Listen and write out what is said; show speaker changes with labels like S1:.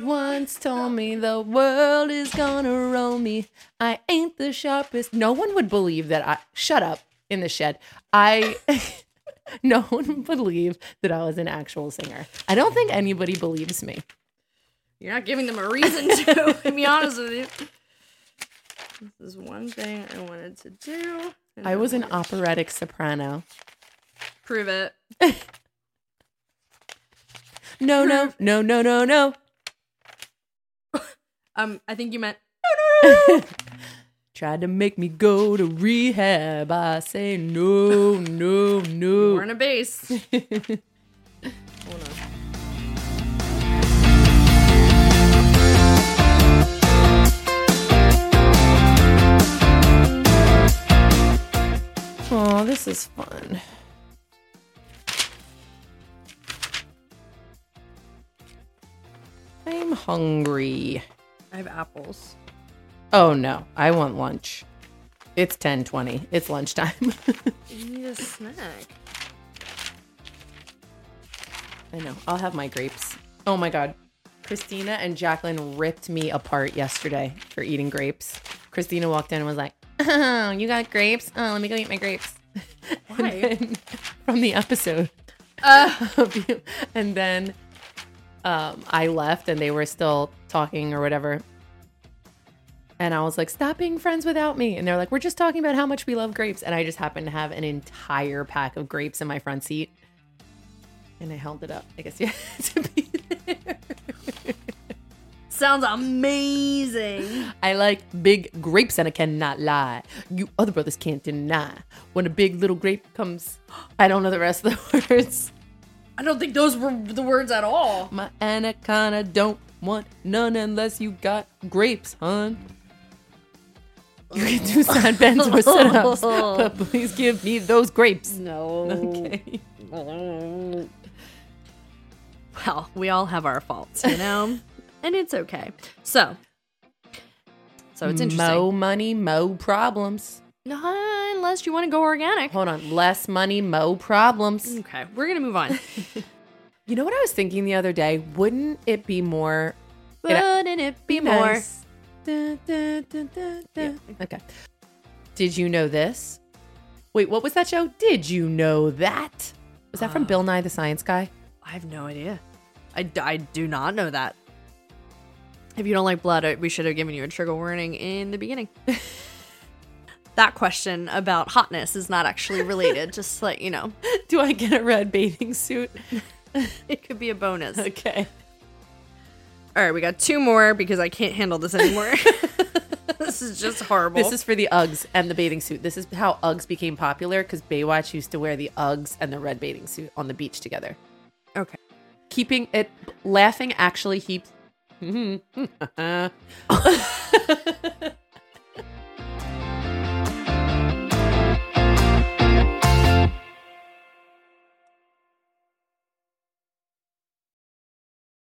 S1: Once told me the world is gonna roll me. I ain't the sharpest. No one would believe that I shut up in the shed. I no one would believe that I was an actual singer. I don't think anybody believes me.
S2: You're not giving them a reason to, to be honest with you. This is one thing I wanted to do. and
S1: I was an
S2: wanted to
S1: operatic soprano.
S2: Prove it.
S1: No, no, no, no, no, no.
S2: Um, I think you meant
S1: Tried to make me go to rehab. I say no, no,
S2: we're
S1: no.
S2: in a bass.
S1: Oh, this is fun. I'm hungry.
S2: I have apples.
S1: Oh no, I want lunch. It's 10:20. It's lunchtime.
S2: You need a snack.
S1: I know. I'll have my grapes. Oh my god. Christina and Jacqueline ripped me apart yesterday for eating grapes. Christina walked in and was like, "Oh, you got grapes? Oh, let me go eat my grapes." And
S2: Why?
S1: then- from the episode.
S2: Uh,
S1: of you. And then um, I left and they were still talking or whatever. And I was like, stop being friends without me. And they're like, we're just talking about how much we love grapes. And I just happened to have an entire pack of grapes in my front seat. And I held it up. I guess you had to be there.
S2: sounds amazing.
S1: I like big grapes and I cannot lie. You other brothers can't deny. When a big little grape comes, I don't know the rest of the words.
S2: I don't think those were the words at all.
S1: My anaconda don't want none unless you got grapes, hun. You can do side bends or sit ups, but please give me those grapes.
S2: No.
S1: Okay.
S2: Well, we all have our faults, you know? and it's okay. So, so it's interesting.
S1: Mo money, mo problems.
S2: Not unless you want to go organic.
S1: Hold on. Less money, mo problems.
S2: Okay, we're going to move on.
S1: You know what I was thinking the other day? Wouldn't it be more.
S2: Wouldn't it be more?
S1: nice- Da, da, da, da, da. Okay. Did you know this? Wait, what was that show? Did you know that? Was that
S2: Uh.
S1: from Bill Nye the Science Guy?
S2: I have no idea. I, d- I do not know that. If you don't like blood, I- we should have given you a trigger warning in the beginning. that question about hotness is not actually related, just to let you know.
S1: Do I get a red bathing suit?
S2: It could be a bonus.
S1: Okay.
S2: All right, we got two more because I can't handle this anymore. this is just horrible.
S1: This is for the Uggs and the bathing suit. This is how Uggs became popular because Baywatch used to wear the Uggs and the red bathing suit on the beach together.
S2: okay.
S1: Keeping it laughing actually heaps.